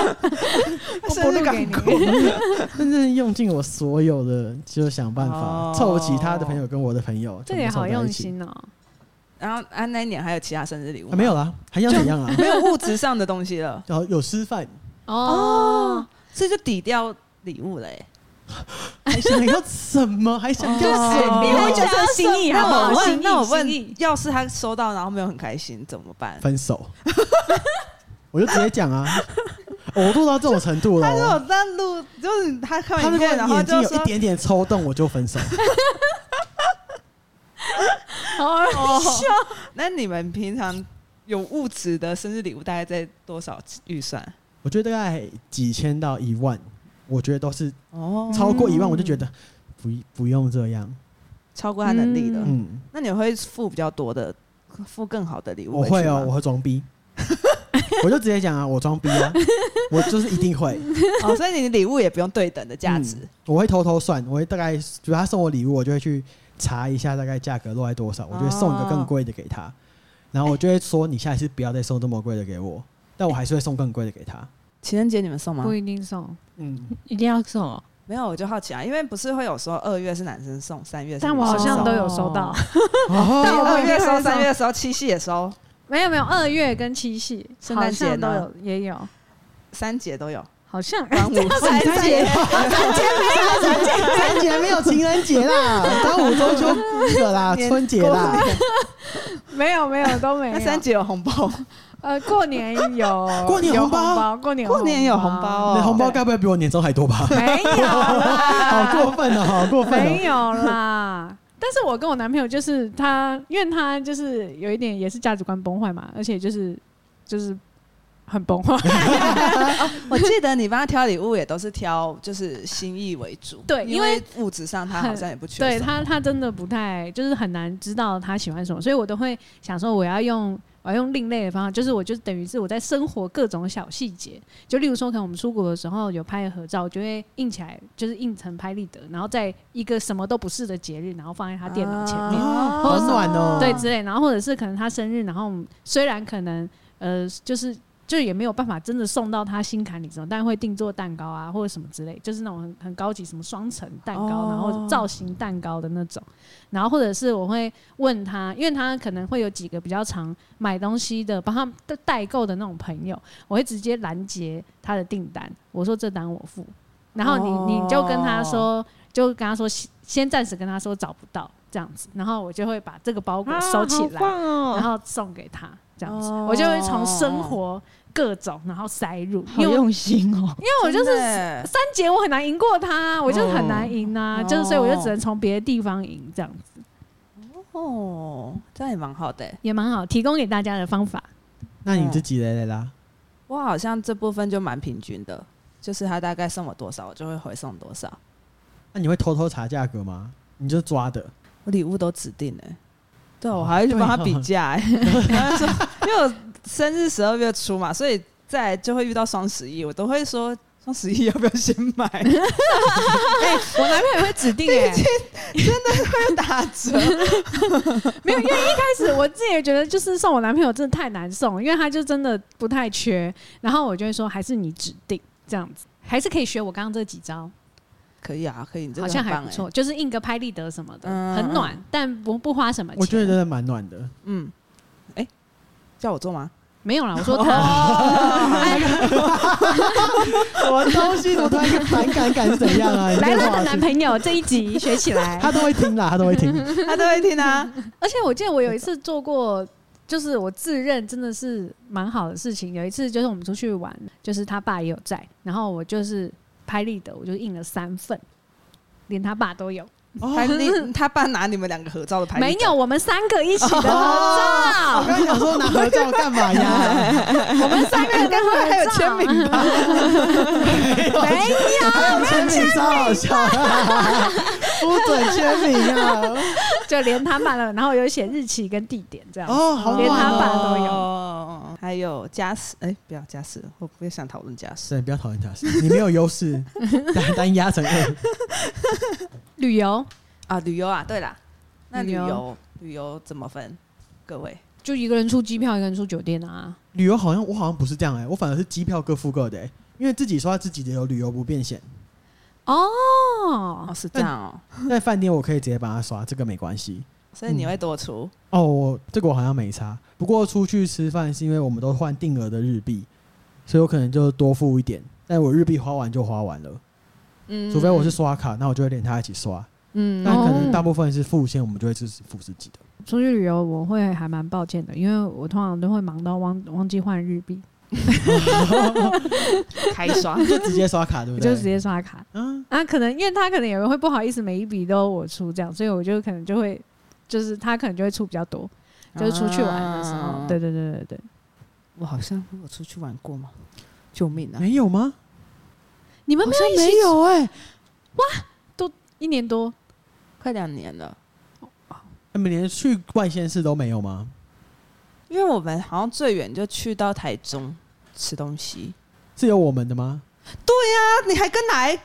[laughs] 我生补日录感给你。真正用尽我所有的，就是想办法哦凑齐他的朋友跟我的朋友，这个也全部好凑在一用起。心哦、然后啊，那一年还有其他生日礼物啊吗？没有啦，还想怎样啊？没有物质上的东西了，然后有吃饭，哦，所以就抵掉礼物了、欸。还想要什么？还想要什哦你会么？觉得心意好不那好？我心问，意那我心意问，要是他收到然后没有很开心怎么办？分手，我就直接讲啊。我做到这种程度了他如果哦。在录，就是他看他完影如果片，然后眼睛就有说一点点抽动，我就分手。 [laughs] 好哦， [laughs] 那你们平常有物质的生日礼物大概在多少预算？我觉得大概几千到一万，我觉得都是哦超过一万，我就觉得不不用这样。超过他能力的。嗯，那你会付比较多的，付更好的礼物我回去吗？会哦，我会装逼， [laughs] 我就直接讲啊，我装逼啊，我就是一定会哦，所以你的礼物也不用对等的 [laughs] 价值。嗯我会偷偷算，我会大概，比如他送我礼物，我就会去查一下大概价格落在多少，我就会送一个哦更贵的给他，然后我就会说你下一次不要再送这么贵的给我，但我还是会送更贵的给他。情人节你们送吗不？一定送，嗯，一定要送哦。没有，我就好奇啊，因为不是会有说二月是男生送，三月是但我女生好像送都有收到哦。你哦，但我二不一定月会收，送三月收，七夕也收， [laughs] 没有没有，二月跟七夕、圣诞节好像都呢有，也有，三节都有，好像端午三三节节 [laughs] 春节没有情人节啦，端午、中秋那 [laughs] 个啦，年春节啦， [laughs] 啊没有没有都没那有。三节有红包，呃，过年有，过年有有红包包，过年过年有红包你哦，的红包该不会比我年终还 [laughs] 多吧？没有啦， [laughs] 好过分哦，好过分哦！没有啦。但是我跟我男朋友就是他，因为他就是有一点也是价值观崩坏嘛，而且就是就是很崩坏， [laughs] 我记得你帮他挑礼物也都是挑就是心意为主，对因因为物质上他好像也不缺对什么，他，他真的不太，就是很难知道他喜欢什么，所以我都会想说，我要用我要用另类的方法，就是我就等于是我在生活各种小细节，就例如说，可能我们出国的时候有拍合照，我就会印起来，就是印成拍立得，然后在一个什么都不是的节日，然后放在他电脑前面，啊或好者是暖哦哦，对之类，然后或者是可能他生日，然后我们虽然可能呃就是。就也没有办法真的送到他心坎里什么，但会定做蛋糕啊，或者什么之类，就是那种很很高级什么双层蛋糕，哦然后造型蛋糕的那种。然后或者是我会问他，因为他可能会有几个比较常买东西的，帮他们代购的那种朋友，我会直接拦截他的订单，我说这单我付，然后你、你就跟他说，就跟他说先先暂时跟他说找不到这样子，然后我就会把这个包裹收起啊好来，棒然哦！后送给他这样子，哦我就会从生活各种然后塞入，好因为我用心哦。因为我就是真的三节我很难赢过他，我就是很难赢啊，哦就是所以我就只能从别的地方赢这样子，哦，这样也蛮好的欸。也蛮好，提供给大家的方 [laughs] 法。那你自己嘞嘞啦，我好像这部分就蛮平均的，就是他大概送我多少，我就会回送多少。那你会偷偷查价格吗？你就抓的，我礼物都指定哎、对我哦还会去帮他对哦比价哎、 [laughs] 然后说因为我生日十二月初嘛，所以再来就会遇到双十一，我都会说双十一要不要先买，哎、我男朋友会指定哎、打折。 [laughs] 没有，因为一开始我自己也觉得，就是送我男朋友真的太难送，因为他就真的不太缺。然后我就会说，还是你指定这样子，还是可以学我刚刚这几招，可以啊，可以，你这好个像很还棒不哎、错，就是印个拍立得什么的，嗯很暖，但不不花什么钱。我觉得真的蛮暖 [laughs] 的。嗯，哎、叫我做吗？没有啦， [laughs] 我说他，哦 [laughs] [laughs] 哎什么东西？我突然间反感感是怎样 [laughs] 啊？你来这个了话的题男朋友这一集学起来。他都会听啦，他都 [laughs] 会听。他都会听啊。而且我记得我有一次做过，就是我自认真的是蛮好的事情。有一次就是我们出去玩，就是他爸也有在，然后我就是拍立得，我就印了三份，连他爸都有。哦他立他爸拿你们两个合照的牌，没有，我们三个一起的合我照，刚想说拿合照干嘛呀？我们三个人的合照，还有签名吧？ [laughs] 没有，还有签名超好笑， [laughs] 不准签名啊！就连他爸的，然 [laughs] 后有写日期跟地点这样。哦，好连他暖爸哦！都有有，还有家事，哎、不要家事，我不想讨论家事。是你不要讨厌他，你没有优势，单单压成二。旅游啊，旅游啊，对啦，那旅旅游游旅游怎么分？各位，就一个人出机票，一个人出酒店啊。旅游好像我好像不是这样哎、我反而是机票各付各的哎、因为自己说他自己的有旅游不变现，哦哦，，是这样哦，在饭店我可以直接帮他刷，这个没关系。所以你会多出哦，我这个我好像没差。不过出去吃饭是因为我们都换定额的日币，所以我可能就多付一点。但我日币花完就花完了，嗯除非我是刷卡，那我就会连他一起刷。嗯但可哦能大部分是付现，我们就会自己付自己的。出去旅游我会还蛮抱歉的，因为我通常都会忙到忘忘记换日币。开 [laughs] 刷，就直接刷卡，对我不就对？直接刷卡嗯，啊。可能因为他可能也会不好意思，每一笔都我出这样，所以我就可能就会就是他可能就会出比较多，就是出去玩的时候。哦啊对对对对对，我好像我出去玩过吗？救命啊！没有吗？你们好没像有一起没有哎、一 [laughs] 年多，快两年了，你们连哎去外县市都没有吗？因为我们好像最远就去到台中吃东西。是有我们的吗？啊，你还跟来？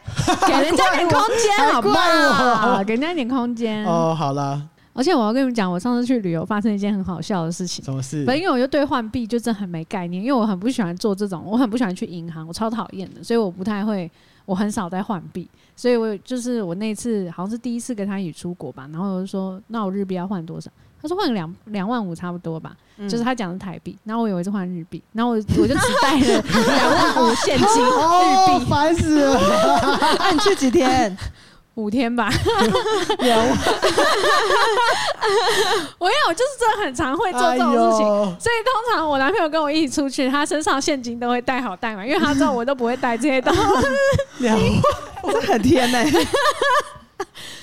给人家点空间好不哦还怪好？我给人家一点空间。哦，好啦，而且我要跟你们讲，我上次去旅游发生一件很好笑的事情。什么事？反正因为我就对换币就真的很没概念，因为我很不喜欢做这种，我很不喜欢去银行，我超讨厌的，所以我不太会，我很少在换币，所以我就是我那次好像是第一次跟他一起出国吧，然后我就说那我日币要换多少？他说换个两两万五差不多吧，嗯嗯就是他讲的台币，然后我以为是换日币，然后我我就只带 [laughs] 了两万五现金哦日币，烦死了！啊，你去几天？五天吧，两万我因为我就是真的很常会做这种事情，哎呦所以通常我男朋友跟我一起出去，他身上现金都会带好带满，因为他知道我都不会带这些东西。两万这很天 [laughs] 呢、欸。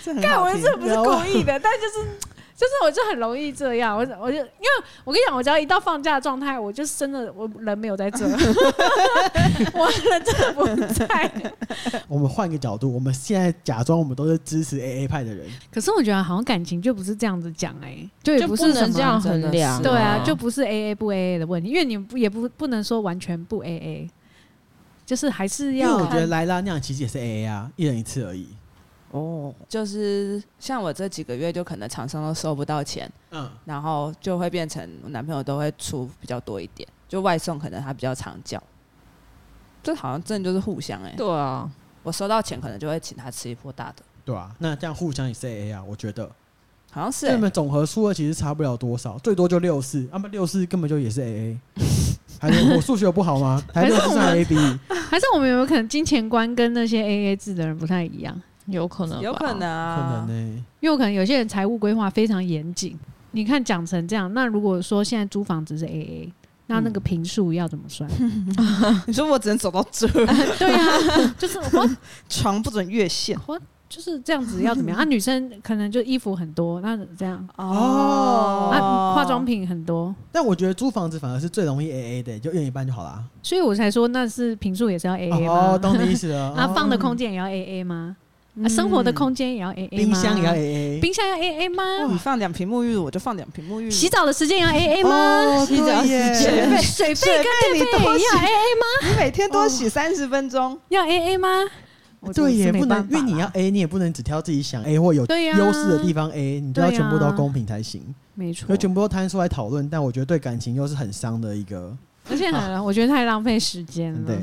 这很干，好我听这不是故意的，但就是 [laughs] 就是我就很容易这样，我我就因为我跟你讲，我只要一到放假的状态，我就真的我人没有在 [laughs] 这，我人真的不在。我们换个角度，我们现在假装我们都是支持 AA 派的人， [laughs] 可是我觉得好像感情就不是这样子讲哎、就就不能这样真的衡量是啊。对啊，就不是 A A 不 A A 的问题，因为你不也不不能说完全不 A A，就是还是因为要我觉得莱拉那样其实也是 AA 啊，一人一次而已。哦，就是像我这几个月就可能厂商都收不到钱，嗯，然后就会变成我男朋友都会出比较多一点，就外送可能他比较常叫。这好像真的就是互相哎、欸，对啊，我收到钱可能就会请他吃一波大的，对啊，那这样互相也是 AA 啊，我觉得。好像是、这你欸。们总和数额其实差不了多少，最多就六四，啊不六四根本就也是 AA。还是我数学不好吗？还是六四算 AB？还是我们有没有可能金钱观跟那些 A A 制的人不太一样？有可能，有可能。可啊，能呢、因为我可能有些人财务规划非常严谨，你看讲成这样，那如果说现在租房子是 A A，那那个嗯平数要怎么算？ [laughs] 你说我只能走到这，对啊， [laughs] 就是我 [laughs] 床不准越线就是这样子要怎么样？啊，女生可能就衣服很多，那这样哦啊，化妆品很多，但我觉得租房子反而是最容易 AA 的，就一人一半就好啦。所以我才说那是平数也是要 A A 哦，吗？懂你意思了。啊，哦放的空间也要 A A 吗？嗯啊，生活的空间也要 A A 冰吗？箱也要哎 AA，冰箱要 A A 你吗？放两瓶沐浴露，我就放两瓶沐浴露。洗澡的时间也要 A A 吗？哦，洗澡对耶时间水水费跟费电你费多也要洗 A A 吗？你每天多哦洗三十分钟，要 A A 吗？我对我是也没不能办，法啊因为你要啦 A，你也不能只挑自己想 A 或有对呀优势的地方 A，你就要对呀全部都公平才行。没错可，全部都摊出来讨论，但我觉得对感情又是很伤的一个。而且呢，我觉得太浪费时间了啊对。，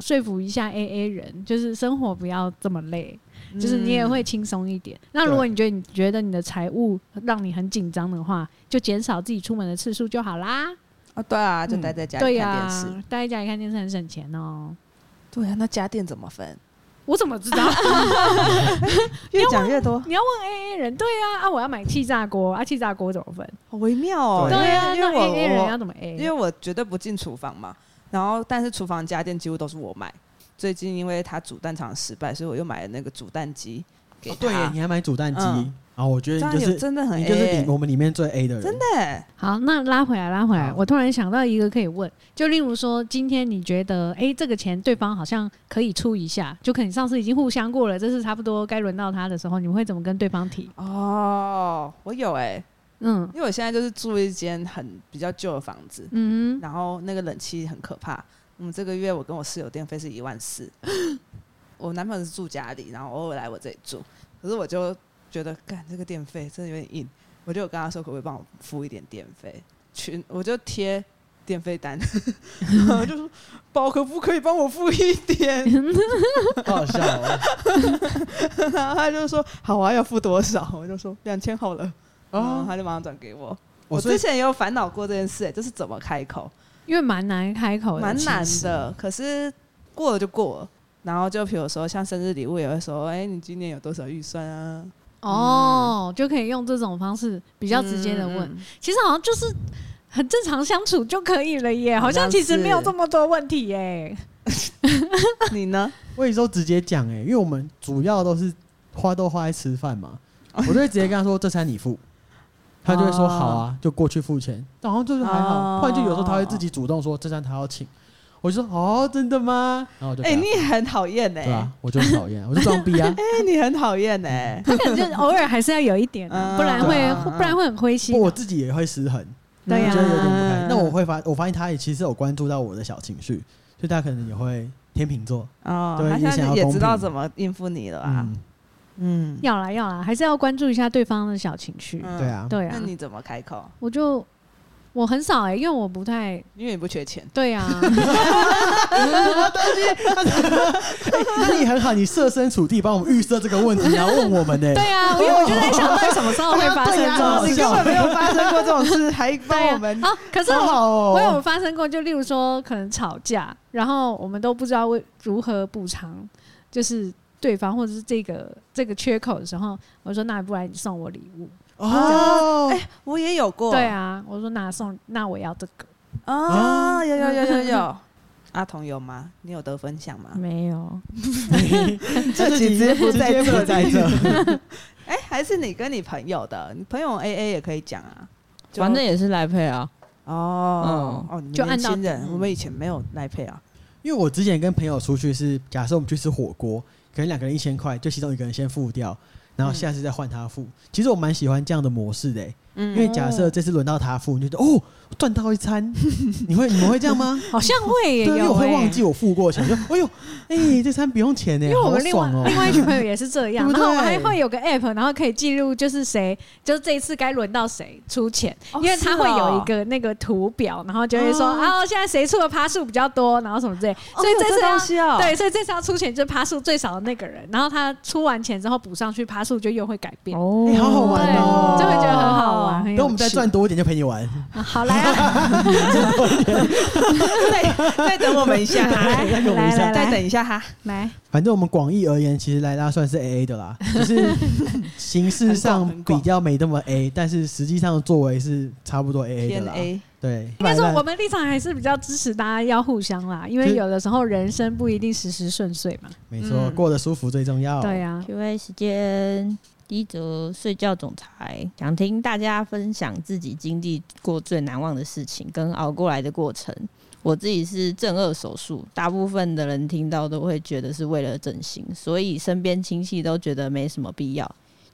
说服一下 A A 人，就是生活不要这么累，就是你也嗯会轻松一点。那如果你觉得你觉得你的财务让你很紧张的话，就减少自己出门的次数就好啦。啊，对啊，就待在家嗯对里呀、看电视。待在家里看电视很省钱哦。对呀，啊那家电怎么分？我怎么知道？越讲越多， [laughs] 你要问 A A 人，对啊，啊，我要买气炸锅，啊，气炸锅怎么分？好微妙哦。对对啊，因为那因为 A A 人我要我怎么 A？因为我绝对不进厨房嘛，然后但是厨房家电几乎都是我买。最近因为他煮蛋厂失败，所以我又买了那个煮蛋机给哦对耶他，。你还买煮蛋机嗯然后我觉这得样你就有是真的很你就是 A 里我们里面最 A 的人，真的欸好，那拉回来，拉回来好。我突然想到一个可以问，就例如说，今天你觉得，诶，这个钱对方好像可以出一下，就可能上次已经互相过了，这次差不多该轮到他的时候，你们会怎么跟对方提？哦，我有哎，嗯因为我现在就是住一间很比较旧的房子，嗯然后那个冷气很可怕。我们这个月我跟我室友电费是一万四，我男朋友是住家里，然后偶尔来我这里住，可是我就觉得干这个电费真的有点硬，我就有跟他说可不可以帮我付一点电费，群我就贴电费单， [laughs] 然后就说宝可不可以帮我付一点，好好笑哦。然后他就说好啊，要付多少？我就说两千好了，然后哦，他就马上转给我。我我哦所以之前也有烦恼过这件事、欸就是怎么开口。因为蛮难开口的，蛮难其实。的。可是过了就过了，然后就比如说像生日礼物也会说，哎、你今年有多少预算啊？嗯哦，就可以用这种方式比比嗯较直接的问。其实好像就是很正常相处就可以了耶，好像其实没有这么多问题耶。你呢？我有时候直接讲哎、因为我们主要都是花都花在吃饭嘛，我就会直接跟他说这餐你付，他就会说好啊，就过去付钱。但好像就是还好，哦或者就有时候他会自己主动说这餐他要请，我就说哦真的吗？然后我就哎、给他你也很讨厌哎，啊对啊哎、，我就很讨厌，我就装逼啊，你很讨厌哎，他嗯感觉偶尔还是要有一点啊、嗯不然会、对啊不然会很灰心不，。我自己也会失衡，哎对啊呀我觉得啊有点不开心。那我会发，我发现他也其实有关注到我的小情绪，所以他可能也会天秤座哦，对他也现想要在也公知道平怎么应付你了啊，嗯，嗯，要啦要啦，还是要关注一下对方的小情绪。嗯对啊，对啊那，你怎么开口？我就我很少哎、因为我不太因为你不缺 [laughs] 钱，对啊， [laughs] 那你很好，你设身处地帮我们预设这个问题，然后问我们呢、欸对啊，因为我就在想，到底什么时候会发生这种好你根事情笑？本没有发生过这种 [laughs] 事，还啊帮啊对我们啊，啊可是好我好我哦、有发生过，就例如说可能吵架，然后我们都不知道为如何补偿，就是对方或者是这个这个缺口的时候，我说那不然你送我礼物？哦，哎、我也有过，对啊，我说那送那我要这个，啊，有有有有嗯有，阿童有吗？你有得分享吗？没有，这集直接不直在接这不里在这，哎、还是你跟你朋友的，你朋友 A A 也可以讲啊。就反正也是来配啊。哦、哦，你们嗯就按年到轻人，嗯我们以前没有来配啊。 [laughs] 因为我之前跟朋友出去是，假设我们去吃火锅，可能两个人一千块，就其中一个人先付掉，嗯然后下次再换他付。其实我蛮喜欢这样的模式的、欸因嗯，为假哦设这次轮到他付，你就觉得哦赚到一餐，你会你们会这 [laughs] 样吗？好像会耶，对，因为有欸我会耶忘记，我付过钱，就哎呦，哎、这餐不用钱呢、因为我好们另外哎爽哦、另外一群朋友也是这样， [laughs] 对然不对后我们还会有个 app，然后可以记录就是谁，就是这一次该轮到谁出钱，哦因为它会有一个那个图表，然后就会说哦啊现在谁出的趴数比较多，然后什么之类，所以这这次要东西哦，对，所以这次要出钱就是趴数最少的那个人，然后他出完钱之后补上去，趴数就又会改变。哦哎好好对玩哦，就会觉得很好玩。很有等我们再趣赚，多一点就陪你玩。啊好来啊，再 [laughs] 再等我们一下哈，来那个我们 [laughs] 来下来再来等一下哈。来，反正我们广义而言，其实莱拉算是 A A 的啦，就是形式上很广很比广较没那么 A，但是实际上作为是差不多 A A 偏的啦。 [laughs] A，对，应该说莱拉我们立场还是比较支持大家要互相啦，因就为是有的时候人生不一定时时顺遂嘛。没错，嗯过得舒服最重要。对啊， Q&A 时间，第一则睡觉总裁想听大家分享自己经历过最难忘的事情跟熬过来的过程。我自己是正颚手术，大部分的人听到都会觉得是为了整形，所以身边亲戚都觉得没什么必要。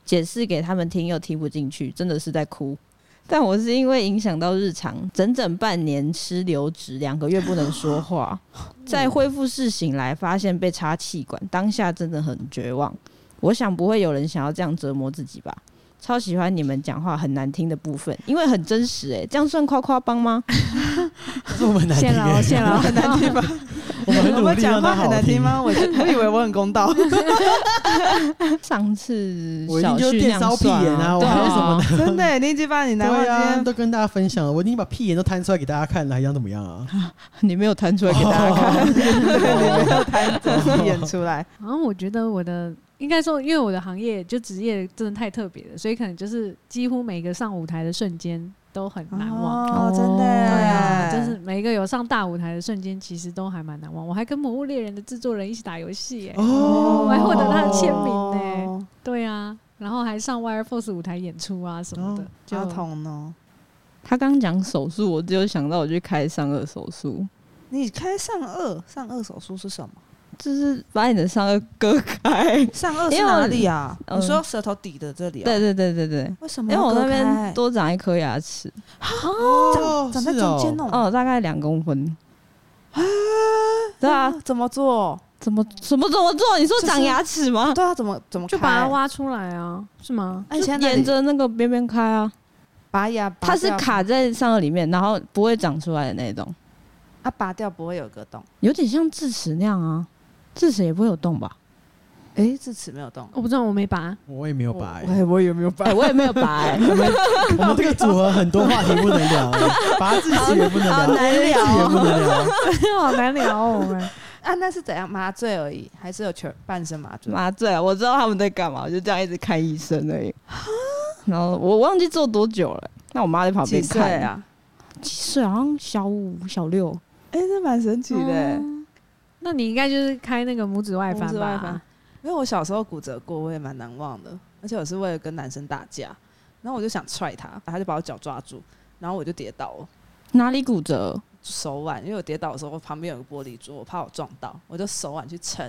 解释给他们听又听不进去，真的是在哭。 [laughs] 但我是因为影响到日常，整整半年吃流质，两个月不能说话。在恢复室醒来，发现被插气管，当下真的很绝望。我想不会有人想要这样折磨自己吧？超喜欢你们讲话很难听的部分，因为很真实诶、欸这样算夸夸帮吗？ [laughs] 这是我们难听谢欸，了，谢了，很难听吧？ [laughs] 我们很努们力让讲它话好很难听？吗？我我以为我很公 [laughs] 道，上次我一定小就是旭那电样烧屁算眼啊，我对还有什么？真的，你已经把你男对啊，忘都跟大家分享了，我已经把屁眼都摊出来给大家看了，还想怎么样啊？ [laughs] 你没有弹出来给大家看，对，你 [laughs] 没有弹真演出来。然后我觉得我的应该说，因为我的行业就职业真的太特别了，所以可能就是几乎每个上舞台的瞬间都很难忘。哦，真的对耶，啊，就是每一个有上大舞台的瞬间，其实都还蛮难忘。我还跟《魔物猎人》的制作人一起打游戏耶，哦我还获得他的签名呢。对啊，然后还上 Wire Force 舞台演出啊什么的哦，就阿童呢？ [laughs] 他刚讲手术，我只有想到我去开上颚手术，你开上颚，上颚手术是什么？就是把你的上颚割开。上颚因是为我哪里啊？嗯你说舌头底的这里啊？ [laughs] 对，对对对对，为什么因为要我割开？那边多长一颗牙齿，哦长在中间哦。哦。哦，大概两公分。对啊啊，，怎么做？怎么怎么怎么做？你说就是长牙齿吗？对啊，怎么怎么就把它开挖出来啊，是吗？哎，现在沿着那个边边开啊，拔牙，拔它是掉卡在上颚里面，然后不会长出来的那种，啊，拔掉不会有个洞。有点像智齿那样啊，智齿也不会有洞吧？嗯哎，智齿没有洞。我不知道，我没拔。我也没有拔、欸，哎，我也没有拔哎、 [laughs] 我也没有拔、欸，我们这个组合很多话题不能聊，啊拔智齿也不能聊，好难智聊齿也不能聊。 [laughs] 好难聊 [laughs] 哦，我们。 [laughs] 啊，那是怎样麻醉而已，还是有全半身麻醉？麻醉啊，我知道他们在干嘛，我就这样一直看医生而已。然后我忘记做多久了，那我妈在旁几边岁看，啊？几岁？好像小五、小六。哎、这蛮神奇的、哦那你应该就是开那个拇指外拇翻指外翻吧？因为我小时候骨折过，我也蛮难忘的。而且我是为了跟男生打架，然后我就想踹他，他就把我脚抓住，然后我就跌倒了，哪里骨折？手腕，因为我跌倒的时候旁边有个玻璃桌，我怕我撞到，我就手腕去撑，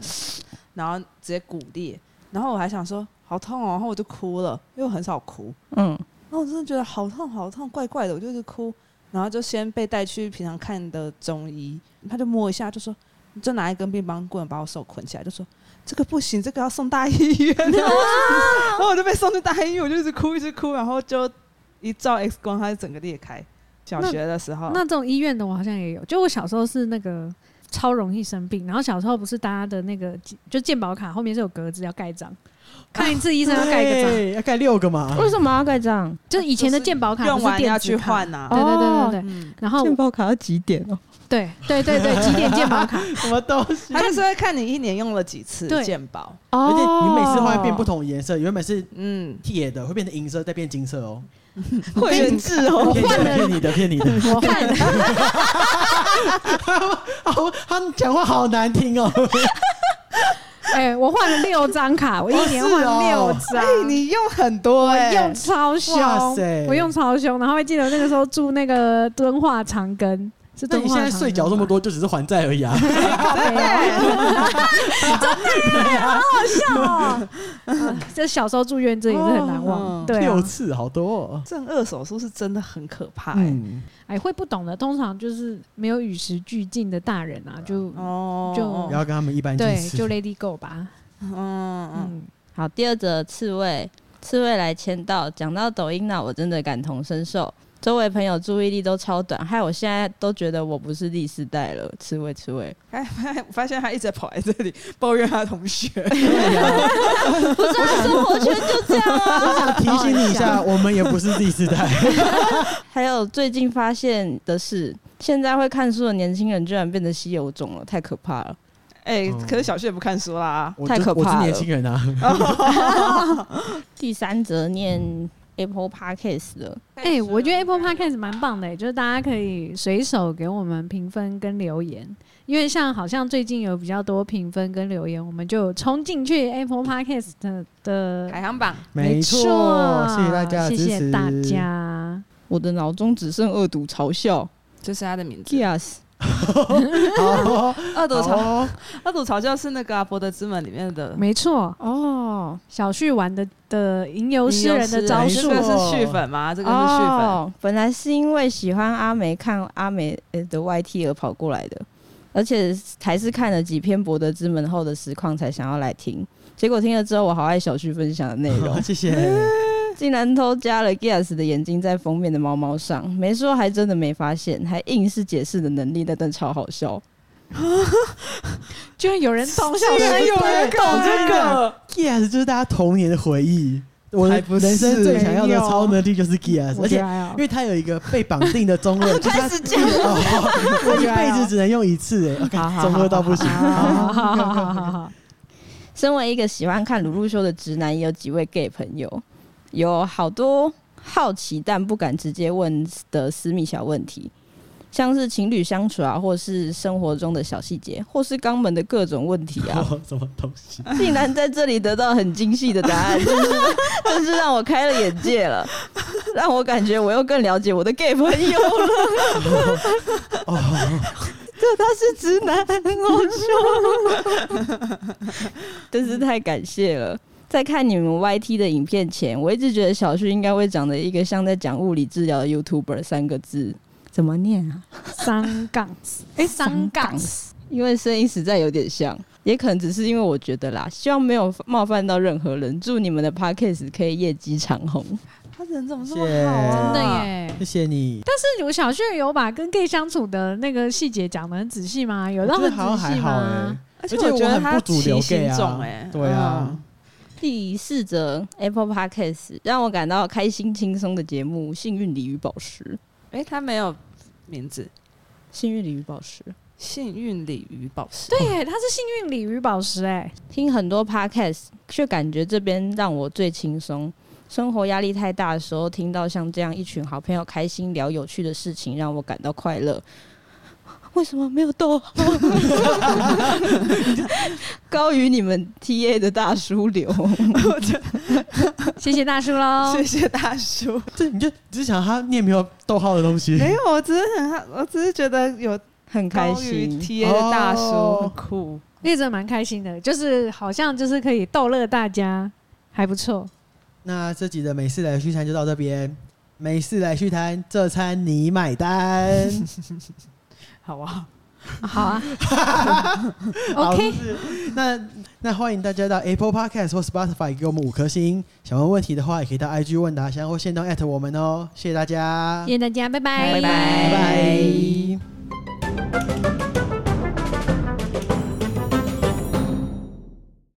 然后直接骨裂。然后我还想说好痛哦，然后我就哭了，因为我很少哭。嗯，然后我真的觉得好痛好痛，怪怪的，我就是哭。然后就先被带去平常看的中医，他就摸一下，就说，你就拿一根乒乓棍把我手捆起来，就说这个不行，这个要送大医院。 [laughs] 啊然后我就被送去大医院，我就一直哭一直哭，然后就一照 X 光，它就整个裂开。小那学的时候，那这种医院的我好像也有，就我小时候是那个超容易生病，然后小时候不是大家的那个就健保卡后面是有格子要盖章，啊看一次医生要盖一个章，对要盖六个嘛？为什么要盖章？就以前的健保卡用不是完要电去子卡换，呐、对对对哦对对，嗯，然后保卡要几点哦？对对对对几点健 [laughs] 保卡，哦什么东西？他就是会看你一年用了几次对健保，哦而且你每次会变不同颜色，原本是嗯，铁的，会变成银色，再变金色哦。会员制哦， [laughs] 骗你的，骗你的，骗你的。我换了好，他讲话好难听哦。哎、我换了六张卡，我一年换六张。哎、你用很多我哎、用超凶哇塞，哦我用超凶，然后还记得那个时候住那个敦化长庚，是那敦你化现长在庚睡觉这么多，就只是还债而已啊。靠北哦，真的好好笑哦！啊 [laughs] 这小时候住院，这也是很难忘。哦对啊六，次，好多哦。正二手术是真的很可怕、哎嗯，哎，会不懂的，通常就是没有与时俱进的大人啊，就哦，就不嗯要跟他们一般见对，识。就 Lady Go 吧。嗯嗯，嗯，好，第二则刺猬，刺猬来签到。讲到抖音脑，我真的感同身受。周围朋友注意力都超短，害我现在都觉得我不是第四代了。刺猬，刺猬，哎，我发现他一直跑来这里抱怨他的同学，对呀不是啊生活圈就这样啊。我想提醒你一下，我们也不是第四代。还有最近发现的是，现在会看书的年轻人居然变得稀有种了，太可怕了。 [laughs] 哎、嗯可是小旭也不看书啦，我太就可我怕是了年轻人啊。第三则念 Apple Podcast 的，哎，我觉得 Apple Podcast 蛮棒的，欸就是大家可以随手给我们评分跟留言，因为像好像最近有比较多评分跟留言，我们就冲进去 Apple Podcast 的的排行榜，没错，谢谢大家的谢支持，谢大。家。我的脑中只剩恶毒嘲笑这是他的名字。 ，Yes，好哦，恶毒好嘲，哦，恶毒嘲笑是那个、啊《博德之门》里面的没错，哦，小旭玩的的吟游诗人的招吟游诗数这人个是续粉吗？这这个是续粉，哦哦本来是因为喜欢阿梅看阿梅呃的 YT 而跑过来的，而且还是看了几篇《博德之门》后的实况才想要来听。结果听了之后，我好爱小旭分享的内 [laughs] 容好，谢谢。竟然偷加了 Gas 的眼睛在封面的猫猫上，没说还真的没发现，还硬是解释的能力，那段超好笑。居然有人懂小居然旭，有人搞这个 Gears 就是大家童年的回忆。我的才不是人生最想要的超能力就是 Gears，而我觉且得还好因为它有一个被绑定的中二，开始讲， [laughs] 哦我一辈子只能用一次，哎，好好好中二到不行。好好好好好好，身为一个喜欢看鲁路修的直男，也有几位 gay 朋友，有好多好奇但不敢直接问的私密小问题，像是情侣相处啊，或是生活中的小细节，或是肛门的各种问题啊， [laughs] 哦什么东西？ [laughs] 竟然在这里得到很精细的答案，真是真是让我开了眼界了，让我感觉我又更了解我的 gay 朋友了。这他是直男，我说，真是太感谢了。在看你们 YT 的影片前，我一直觉得小旭应该会长得一个像在讲物理治疗的 YouTuber 三个字，怎么念啊？三杠子，哎，三杠子，子，因为声音实在有点像，也可能只是因为我觉得啦，希望没有冒犯到任何人。祝你们的 podcast 可以业绩长虹。他人怎么这谢谢么好啊？真的！耶。谢谢你。但是我小旭有把跟 gay 相处的那个细节讲的很仔细吗？有我到觉很得好像仔还细好哎吗？，而且而且觉得我他很不主流奇 gay 心啊重哎，，对啊，第四则 Apple Podcast 让我感到开心轻松的节目《幸运鲤鱼宝石》，哎、他没有名字，幸运鲤鱼宝石。幸运鲤鱼宝石，对耶，它是幸运鲤鱼宝石哎，听很多 podcast，却感觉这边让我最轻松。生活压力太大的时候，听到像这样一群好朋友开心聊有趣的事情，让我感到快乐。为什么没有 [laughs] 逗号？高于你们 T A 的大叔流，谢谢大叔哦喽谢。谢大 [laughs] 叔。这你就只是想他念没有逗号的东西，没有，我只是很好，我只是觉得有很开高于心。 TA 的大叔哦很酷。那真的蛮开心的，就是好像就是可以逗乐大家，还不错。那这集的美式来续摊就到这边，美式来续摊，这餐你买单。好啊，好啊好，OK，是那那欢迎大家到 Apple Podcast 或 Spotify 给我们五颗星。想问问题的话，也可以到 IG 问答箱或线动 at 我们哦。谢谢大家，谢谢大家，拜拜，拜拜拜拜